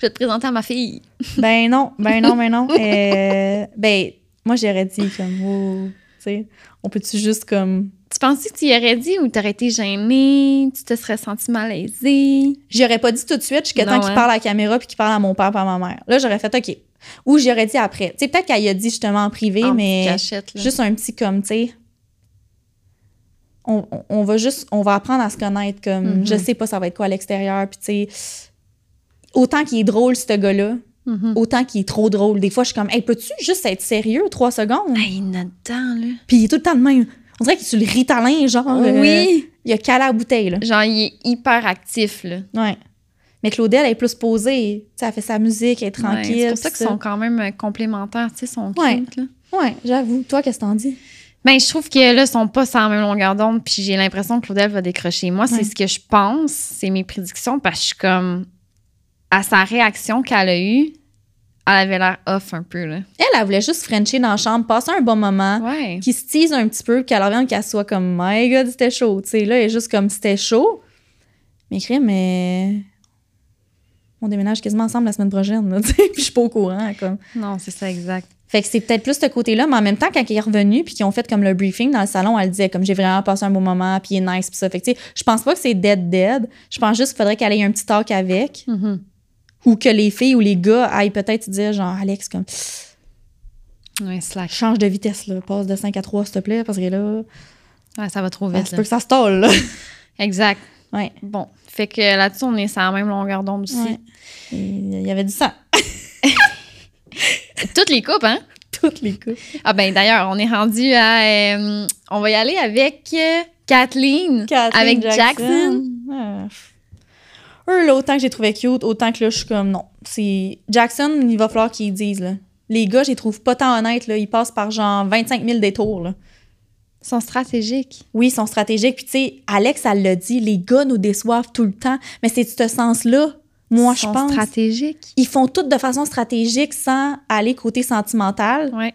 je vais te présenter à ma fille. ben non, ben non, ben non. Euh, ben, moi, j'aurais dit comme, wow, tu sais, on peut-tu juste comme. Tu penses que tu y aurais dit ou t'aurais été gênée? Tu te serais senti malaisée? J'aurais pas dit tout de suite jusqu'à Non, temps qu'il hein. parle à la caméra puis qu'il parle à mon père et à ma mère. Là, j'aurais fait OK. Ou j'aurais dit après. Tu sais, peut-être qu'elle y a dit justement en privé, En mais. petite cachette, là. Juste un petit comme, tu sais. On, on- on va juste, on va apprendre à se connaître comme, Mhm. je sais pas ça va être quoi à l'extérieur, puis tu sais, autant qu'il est drôle ce gars-là, Mhm. autant qu'il est trop drôle. Des fois, je suis comme, hey, peux-tu juste être sérieux trois secondes? Ah, il y en a dedans, là. Puis il est tout le temps de même. On dirait qu'il est sur le ritalin, genre. euh, oui! il a calé à la bouteille, là. Ah, euh, Genre, il est hyper actif, là. Ouais. Mais Claudel, elle est plus posée. Tu sais, elle fait sa musique, elle est tranquille. Ouais, c'est pour pis ça qu'ils ça. sont quand même euh, complémentaires, tu sais, ils sont cute, Ouais. là. Ouais, j'avoue. Toi, qu'est-ce que t'en dis? Ben, je trouve que là, ils sont pas sur la même longueur d'onde, puis j'ai l'impression que Claudel va décrocher. Moi, c'est Ouais. ce que je pense, c'est mes prédictions, parce que je suis comme. À sa réaction qu'elle a eue, elle avait l'air off un peu, là. Elle, elle voulait juste Frencher dans la chambre, passer un bon moment. Ouais. qui se tease un petit peu, puis qu'elle revienne, qu'elle soit comme My God, c'était chaud. Tu sais, là, elle est juste comme c'était chaud. Mais crème, mais. On déménage quasiment ensemble la semaine prochaine, là, tu sais, puis je suis pas au courant. Comme. Non, c'est ça, exact. Fait que c'est peut-être plus ce côté-là, mais en même temps, quand elle est revenue, puis qu'ils ont fait comme le briefing dans le salon, elle disait comme j'ai vraiment passé un bon moment, puis il est nice, puis ça. Fait que tu sais, je pense pas que c'est dead dead. Je pense juste qu'il faudrait qu'elle ait un petit talk avec, Mhm. ou que les filles ou les gars aillent peut-être dire genre Alex, comme Ouais, slack. change de vitesse, là, passe de 5 à 3, s'il te plaît, parce que là, Ouais, ça va trop ça vite, se là. peut que ça se tôle, là. Exact. Ouais. Bon, fait que là-dessus, on est sur la même longueur d'onde aussi. Ouais. Il y avait du sang. Toutes les coupes, hein? Toutes les coupes. Ah ben d'ailleurs, on est rendu à... euh, on va y aller avec euh, Kathleen, Kathleen avec Jackson. Jackson. euh, pff. eux, là, autant que j'ai trouvé cute, autant que là, je suis comme non. C'est Jackson, il va falloir qu'ils disent, là. Les gars, je les trouve pas tant honnêtes, là. Ils passent par genre 25 000 détours, là. Ils sont stratégiques. Oui, ils sont stratégiques. Puis, tu sais, Alex, elle l'a dit, les gars nous déçoivent tout le temps. Mais c'est de ce sens-là, moi, Ils je sont pense. stratégiques. Ils font tout de façon stratégique sans aller côté sentimental. Ouais,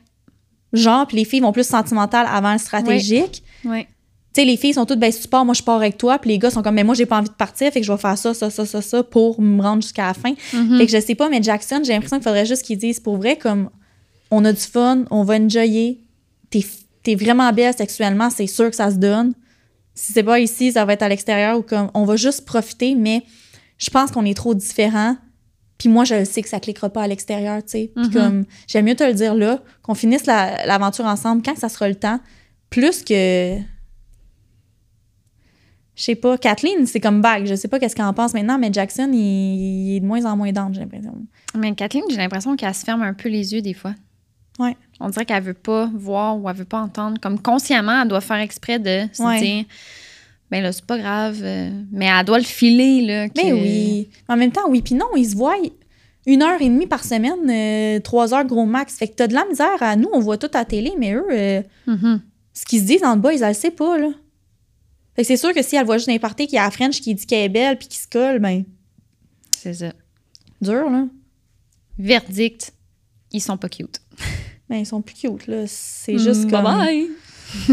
Genre, puis les filles vont plus sentimentales avant le stratégique. ouais. Tu sais, les filles sont toutes, ben, si tu pars, moi, je pars avec toi. Puis les gars sont comme, mais moi, j'ai pas envie de partir, fait que je vais faire ça, ça, ça, ça, ça pour me rendre jusqu'à la fin. Mhm. Fait que je sais pas, mais Jackson, j'ai l'impression qu'il faudrait juste qu'ils disent pour vrai, comme on a du fun, on va enjoyer, t'es, t'es vraiment belle sexuellement, c'est sûr que ça se donne. Si c'est pas ici, ça va être à l'extérieur ou comme on va juste profiter, mais je pense qu'on est trop différents. Puis moi, je le sais que ça cliquera pas à l'extérieur, tu sais. Puis Mhm. comme, j'aime mieux te le dire là, qu'on finisse la- l'aventure ensemble quand ça sera le temps, plus que. Je sais pas, Kathleen, c'est comme bague. Je sais pas qu'est-ce qu'elle en pense maintenant, mais Jackson, il, il est de moins en moins d'âme, j'ai l'impression. Mais Kathleen, j'ai l'impression qu'elle se ferme un peu les yeux des fois. Ouais. On dirait qu'elle veut pas voir ou elle veut pas entendre. Comme consciemment, elle doit faire exprès de se Ouais. dire ben là, c'est pas grave. euh, Mais elle doit le filer, là. que- Mais oui. En même temps, oui, puis non, ils se voient une heure et demie par semaine, euh, trois heures gros max. Fait que t'as de la misère à nous, on voit tout à la télé, mais eux, euh, Mhm. ce qu'ils se disent en bas, ils le savent pas, là. Fait que c'est sûr que si elle voit juste n'importe qui a la French qui dit qu'elle est belle puis qui se colle, ben, C'est ça. dur, là. Verdict, ils sont pas cute. Ben, ils sont plus cute, là. C'est Mm, juste hein? comme... bye-bye.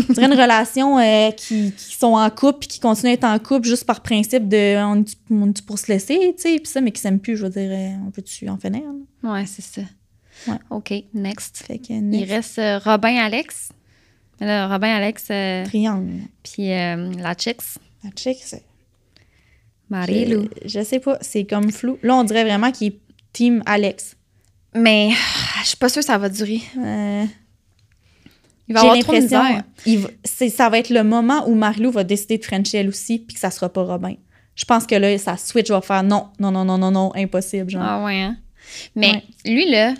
on dirait une relation euh, qui, qui sont en couple puis qui continuent à être en couple juste par principe de on est-tu on est-tu pour se laisser, tu sais, puis ça, mais qui s'aiment plus, je veux dire, euh, on peut-tu en finir, là? Ouais, c'est ça. Ouais. OK, next. Fait que, Il reste euh, Robin Alex. Là, Robin Alex, euh, triangle. puis euh, la Chicks. La chick, c'est... Marie-Lou. Je- Je sais pas, c'est comme flou. Là, on dirait vraiment qu'il est team Alex. Mais ah, je suis pas sûre que ça va durer. Euh, Il va J'ai avoir trop de l'impression misère. il va- c'est- ça va être le moment où Marilou va décider de Frenchie elle aussi, puis que ça sera pas Robin. Je pense que là, sa switch va faire non, non, non, non, non, non, impossible. Genre. Ah ouais. hein? Mais Ouais. lui, là,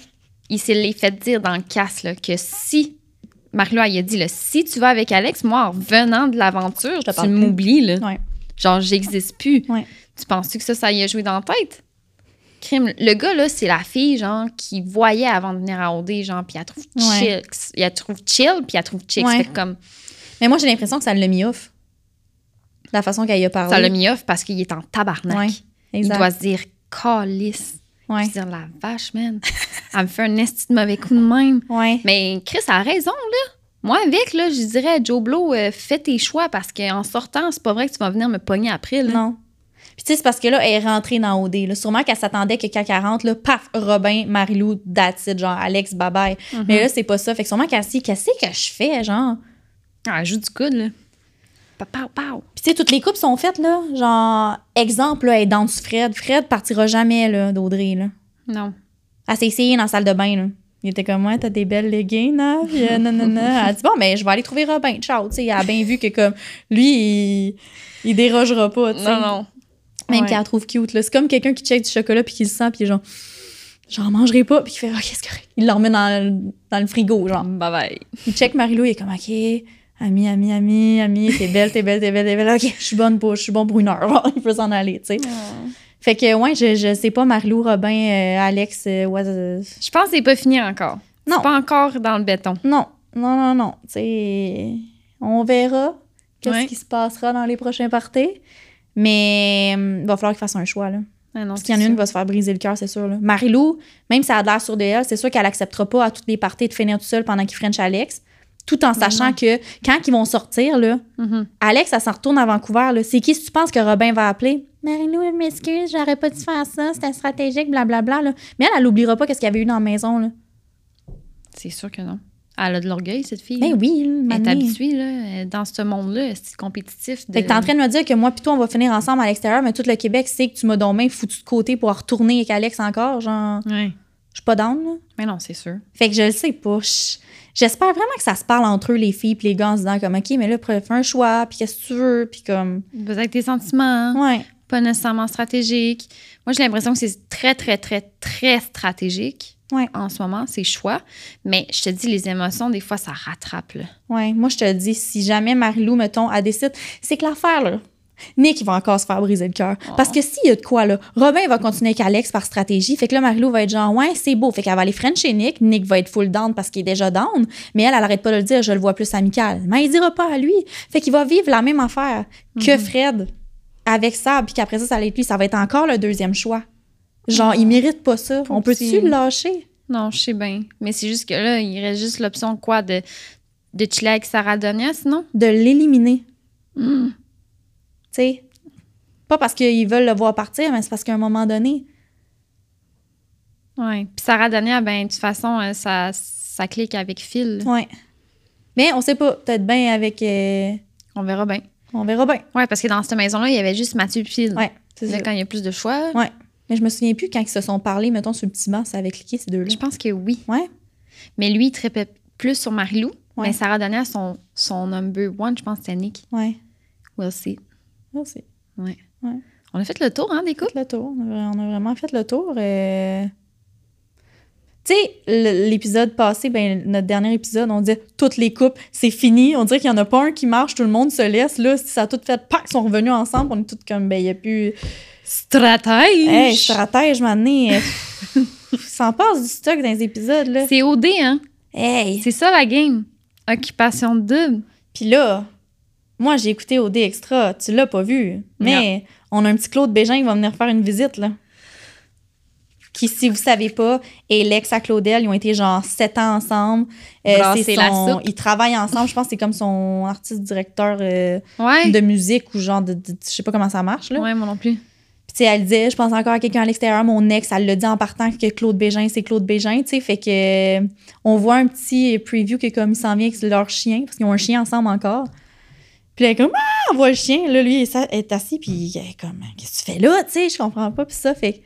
il s'est les fait dire dans le casse là, que si. Marie-Lou, elle a dit, là, si tu vas avec Alex, moi, en revenant de l'aventure, te parle tu plus. m'oublies, là. Ouais. Genre, j'existe plus. Ouais. Tu penses-tu que ça, ça y a joué dans la tête? Crime. Le gars, là, c'est la fille, genre, qui voyait avant de venir à OD, genre, puis elle trouve Ouais. chill. Il la trouve chill, puis elle trouve chicks. Ouais. Fait que comme, Mais moi, j'ai l'impression que ça l'a mis off. La façon qu'elle y a parlé. ça l'a mis off parce qu'il est en tabarnak. Ah Ouais, il Exact. doit se dire, calice. Ouais. Je veux dire, la vache, man. Elle me fait un esti de mauvais coup de même. Ouais. Mais Chris a raison, là. Moi, avec, là, je dirais, Joe Blow, euh, fais tes choix parce qu'en sortant, c'est pas vrai que tu vas venir me pogner après, là. Non. Puis tu sais, c'est parce que là, elle est rentrée dans OD. Là. Sûrement qu'elle s'attendait que quand 40, là, paf, Robin, Marilou, that's it, genre Alex, bye bye. Mhm. Mais là, c'est pas ça. Fait que sûrement qu'elle se dit, qu'est-ce que je fais, genre? Ah, elle joue du coude, là. Pa- Pow, pow. Puis tu sais, toutes les coupes sont faites, là. Genre, exemple, là, elle est dans du Fred. Fred partira jamais, là, d'Audrey, là. Non. Elle s'est essayée dans la salle de bain, là. Il était comme, ouais, t'as des belles leggings, hein? Puis, euh, non, non, non. Elle a dit, bon, mais je vais aller trouver Robin, ciao. Tu sais, elle a bien vu que, comme, lui, il, il dérogera pas, tu sais. Même Ouais. qu'elle la trouve cute. là. C'est comme quelqu'un qui check du chocolat puis qui le sent, puis il est genre, j'en mangerai pas, puis qui fait, ah, qu'est-ce que. Il le remet dans, le- dans le frigo, genre. Bye bye. Il check Marilou, il est comme, OK, ami, ami, ami, ami, t'es belle, t'es belle, t'es belle, t'es belle, OK, je suis bonne pour, je suis bon pour une heure. il peut s'en aller, tu sais. Fait que, ouais, je, je sais pas, Marilou, Robin, euh, Alex, euh, ouais, euh, Je pense que c'est pas fini encore. Non. C'est pas encore dans le béton. non, non, non, non, tu sais, on verra qu'est-ce Ouais. qui se passera dans les prochains parties. Mais euh, il va falloir qu'il fasse un choix, là. Ah non, Parce qu'il y en a une qui c'est va se faire briser le cœur, c'est sûr. là. Marilou, même si elle a de l'air sûre de elle, c'est sûr qu'elle acceptera pas à toutes les parties de finir tout seul pendant qu'il French Alex, tout en sachant Ben non. que quand ils vont sortir, là, ça. Mhm. Alex, elle s'en retourne à Vancouver. là. C'est qui si tu penses que Robin va appeler? Marilou, je m'excuse, j'aurais pas dû faire ça, c'était stratégique, blablabla. là. Mais elle, elle n'oubliera pas qu'est-ce qu'il y avait eu dans la maison. Là. C'est sûr que non. Elle a de l'orgueil, cette fille. Ben oui, là, Elle est mané. habituée, là. Dans ce monde-là, c'est compétitif. De... Fait que t'es en train de me dire que moi pis toi, on va finir ensemble à l'extérieur, mais tout le Québec sait que tu m'as donc bien foutu de côté pour en retourner avec Alex encore. Genre, Ouais. je suis pas down, là. Mais non, c'est sûr. Fait que je le sais pas. Je- J'espère vraiment que ça se parle entre eux, les filles, puis les gars, en se disant comme, OK, mais là, fais un choix, puis qu'est-ce que tu veux, puis comme, Avec tes sentiments, hein. ouais. pas nécessairement stratégique. Moi, j'ai l'impression que c'est très, très, très, très stratégique Ouais. en ce moment, ces choix. Mais je te dis, les émotions, des fois, ça rattrape. là. Ouais, moi, je te le dis, si jamais Marilou, mettons, elle décide, c'est que l'affaire, là, Nick, il va encore se faire briser le cœur. Parce que s'il y a de quoi, là, Robin il va continuer avec Alex par stratégie. Fait que là, Marilou va être genre, ouais, c'est beau. Fait qu'elle va aller chez Nick. Nick va être full down parce qu'il est déjà down. Mais elle, elle arrête pas de le dire, je le vois plus amical. Mais il dira pas à lui. Fait qu'il va vivre la même affaire que Fred avec ça. Puis qu'après ça, ça va être lui. Ça va être encore le deuxième choix. Genre, il mérite pas ça. Faut On peut-tu qu'il- le lâcher? Non, je sais bien. Mais c'est juste que là, il reste juste l'option quoi de, de chiller avec Sarah Donias, non? De l'éliminer. Hmm. Tu sais, pas parce qu'ils veulent le voir partir, mais c'est parce qu'à un moment donné, Ouais. Puis Sarah Daniel, ben, de toute façon, euh, ça, ça clique avec Phil. ouais. Mais on sait pas, peut-être bien avec. euh, On verra bien. on verra bien. Ouais, parce que dans cette maison-là, il y avait juste Mathieu et Phil. Ouais, c'est Là, ça. quand il y a plus de choix, Ouais. Mais je me souviens plus quand ils se sont parlé, mettons, sur le petit banc, ça avait cliqué ces deux-là. je pense que oui. Ouais. Mais lui, il tripait plus sur Marilou. Ouais. Mais Sarah Daniel, son, son number one, je pense, c'était Nick. Ouais. We'll see. Là, c'est On a fait le tour, hein, des couples? fait le tour. On a vra- on a vraiment fait le tour. euh. Tu sais, l- l'épisode passé, ben, notre dernier épisode, on disait toutes les coupes, c'est fini. On dirait qu'il n'y en a pas un qui marche, tout le monde se laisse. Là, ça a tout fait, pac, ils sont revenus ensemble. On est toutes comme, ben, il n'y a plus. Stratège! Hey, stratège, maintenant. S'en passe du stock dans les épisodes, là. c'est OD, hein? Hey! C'est ça la game. Occupation double. Puis là, moi, j'ai écouté OD Extra. Tu l'as pas vu. Mais on a un petit Claude Bégin qui va venir faire une visite, là. Qui, si vous savez pas, est l'ex à Claudel. Ils ont été genre sept ans ensemble. Euh, Brasser c'est la son- soupe. Ils travaillent ensemble. Je pense que c'est comme son artiste-directeur euh, Ouais. de musique ou genre de, de- de- Je sais pas comment ça marche, là. Ouais, moi non plus. Puis, tu sais, elle disait, je pense encore à quelqu'un à l'extérieur, mon ex, elle le dit en partant que Claude Bégin, c'est Claude Bégin, tu sais. Fait que, euh, on voit un petit preview que comme il s'en vient avec leur chien, parce qu'ils ont un chien ensemble encore. Puis là, elle est comme, ah, on voit le chien. Là, lui, il s'a- est assis, puis elle est comme, qu'est-ce que tu fais là, tu sais, je comprends pas, puis ça. Fait que, tu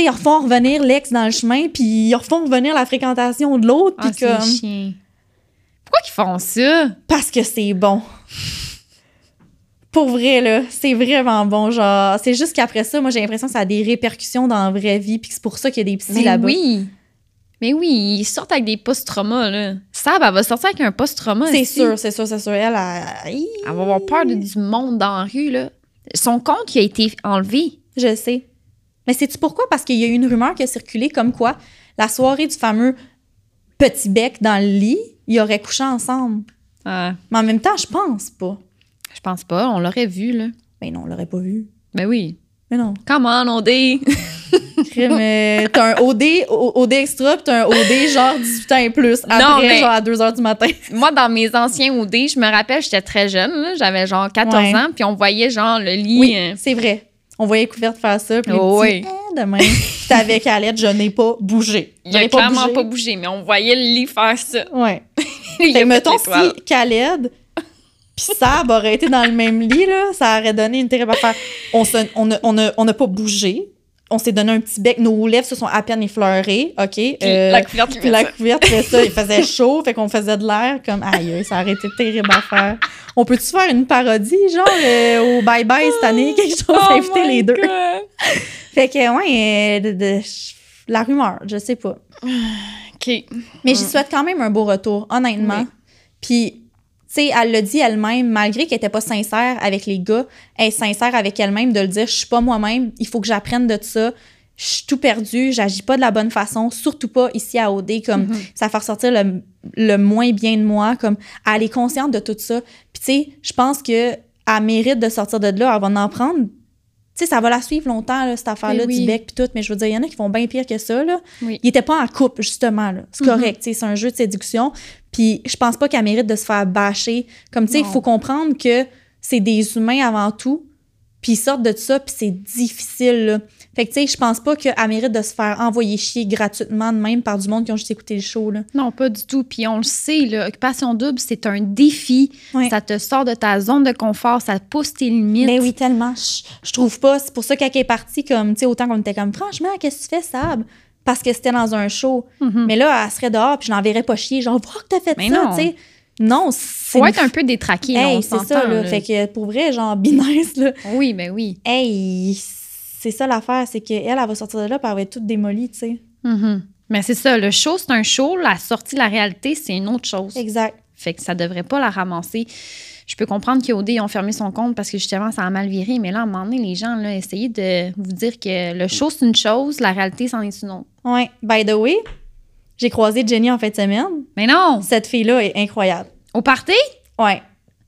sais, ils refont revenir l'ex dans le chemin, puis ils refont revenir la fréquentation de l'autre, Ah, puis c'est comme, chien. Pourquoi qu'ils font ça? parce que c'est bon. Pour vrai, là, c'est vraiment bon. Genre, c'est juste qu'après ça, moi, j'ai l'impression que ça a des répercussions dans la vraie vie, puis que c'est pour ça qu'il y a des psys Mais là-bas. oui. Mais oui, ils sortent avec des post-traumas, là. Sab, elle va sortir avec un post-trauma. c'est ici. sûr, c'est sûr, c'est sûr. Elle, elle- Hi, Elle va avoir peur de- du monde dans la rue, là. Son compte, il a été enlevé. Je sais. Mais sais-tu pourquoi? Parce qu'il y a eu une rumeur qui a circulé comme quoi la soirée du fameux petit bec dans le lit, ils auraient couché ensemble. Ah, Mais en même temps, je pense pas. je pense pas, on l'aurait vu, là. Mais non, on l'aurait pas vu. Mais oui. Mais non. Comment on dit? Crime, euh, t'as un OD, O- OD extra, pis t'as un OD genre 18 ans et plus. Après, Non, mais- genre à 2 h du matin. Moi, dans mes anciens OD, je me rappelle, j'étais très jeune, là. J'avais genre 14 Ouais. ans, puis on voyait genre le lit. euh, c'est vrai. On voyait couverte faire ça, puis Oh les petits, Ah, demain. Pis t'avais Calette, je n'ai pas bougé. Il a clairement pas bougé, mais on voyait le lit faire ça. Ouais. Il Fait a fait que mettons l'étoile. si Khaled puis Sab aurait été dans le même lit, là, ça aurait donné une terrible affaire. On se- on n'a on a- on n'a pas bougé. On s'est donné un petit bec. Nos lèvres se sont à peine effleurées. OK. Puis euh, la couverte, il fait Puis la ça. couverte, fait ça, il faisait chaud, fait qu'on faisait de l'air comme aïe, aïe, ça aurait été terrible à faire. On peut-tu faire une parodie, genre euh, au Bye Bye cette année, quelque chose, Oh inviter my les deux? God. Fait que, ouais, euh, de, de- ch- la rumeur, je sais pas. OK. Mais j'y souhaite quand même un beau retour, honnêtement. Oui. Puis, tu sais, elle le dit elle-même, malgré qu'elle était pas sincère avec les gars, elle est sincère avec elle-même de le dire, je suis pas moi-même, il faut que j'apprenne de ça. Je suis tout perdu, j'agis pas de la bonne façon, surtout pas ici à OD, comme Mhm. ça fait ressortir le, le moins bien de moi, comme elle est consciente de tout ça. Puis tu sais, je pense que elle mérite de sortir de là, elle va en prendre. Tu sais, ça va la suivre longtemps, là, cette affaire-là Eh oui. du bec puis tout, mais je veux dire, il y en a qui font bien pire que ça, là. Oui. Il était pas en couple, justement. là. C'est Mhm. correct. tu sais, C'est un jeu de séduction. Puis je pense pas qu'elle mérite de se faire bâcher. Comme, tu sais, il Non. faut comprendre que c'est des humains avant tout. Puis ils sortent de ça, puis c'est difficile. là. Fait que, tu sais, je pense pas qu'elle mérite de se faire envoyer chier gratuitement de même par du monde qui ont juste écouté le show. Là. Non, pas du tout. Puis on le sait, là, occupation double, c'est un défi. Ouais. Ça te sort de ta zone de confort, ça pousse tes limites. Ben oui, tellement. Je, je trouve pas. C'est pour ça qu'elle est partie, comme, tu sais, autant qu'on était comme, franchement, qu'est-ce que tu fais, Sab? Parce que c'était dans un show. Mhm. Mais là, elle serait dehors, puis je l'enverrais pas chier. Genre, voir que t'as fait Mais ça, non. tu sais. Non, c'est une Faut être un peu détraqué, là, Hey, on c'est s'entend. ça, là. là. Fait que pour vrai, genre, Binance, là, Oui, ben oui. hey, c'est ça l'affaire, c'est qu'elle, elle va sortir de là, puis elle va être toute démolie, tu sais. Mm-hmm. Mhm. Mais c'est ça, le show, c'est un show. La sortie de la réalité, c'est une autre chose. Exact. Fait que ça devrait pas la ramasser. Je peux comprendre qu'OD, ils ont fermé son compte parce que justement, ça a mal viré. Mais là, à un moment donné, les gens, là, essayez de vous dire que le show, c'est une chose, la réalité, c'en est une autre. Ouais. By the way, j'ai croisé Jenny en fin de semaine. Mais non! Cette fille-là est incroyable. Au party? Ouais.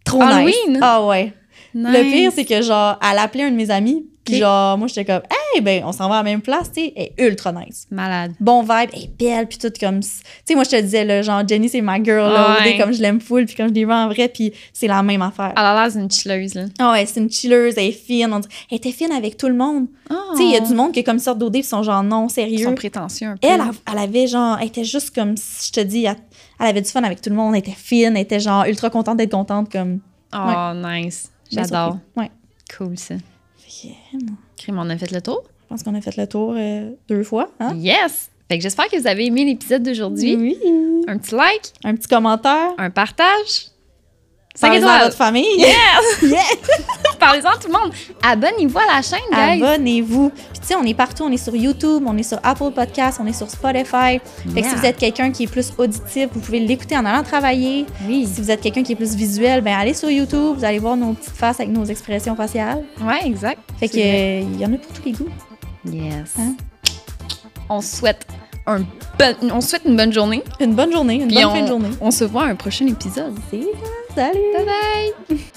Trop nice. Halloween? Ah ouais. Le Nice. pire, c'est que genre, elle appelait un de mes amis. Puis Ok. genre, moi, j'étais comme, hey, ben, on s'en va à la même place, tu sais. Elle est ultra nice. Malade. Bon vibe, elle est belle, puis tout comme. Tu sais, moi, je te disais, là, genre, Jenny, c'est ma girl, là, Ouais. OD, comme je l'aime full, puis comme je l'ai vu en vrai, puis c'est la même affaire. Elle a l'air d'une chilleuse, là. Ah ouais, c'est une chilleuse, elle est fine. on dit- Elle était fine avec tout le monde. Tu sais, il y a du monde qui est comme sorte d'OD, puis Oh. sont genre, non, Oh. Ils sont sérieux. prétentieux un peu. Elle, elle, elle avait genre, elle était juste comme, si je te dis, elle, elle avait du fun avec tout le monde, elle était fine, elle était genre ultra contente d'être contente, comme. Oh, nice. bien J'adore. surprise. Ouais. Cool, ça. Fait que, non, Crime, on a fait le tour? Je pense qu'on a fait le tour euh, deux fois. Hein? Yes! Fait que j'espère que vous avez aimé l'épisode d'aujourd'hui. Oui. Un petit like, Un petit commentaire. un partage. 5 Parlez-en à étoiles. votre famille. Parlez-en à tout le monde. Abonnez-vous à la chaîne, guys. Abonnez-vous. Puis tu sais, on est partout. On est sur YouTube, on est sur Apple Podcasts, on est sur Spotify. Fait que Yeah. si vous êtes quelqu'un qui est plus auditif, vous pouvez l'écouter en allant travailler. Oui. Si vous êtes quelqu'un qui est plus visuel, ben allez sur YouTube, vous allez voir nos petites faces avec nos expressions faciales. Ouais, exact. Fait C'est que euh, il y en a pour tous les goûts. Yes. Hein? On souhaite un bon- on souhaite une bonne journée. Une bonne journée, une Puis bonne on- fin de journée. On se voit à un prochain épisode. C'est ça. Salut. Bye bye.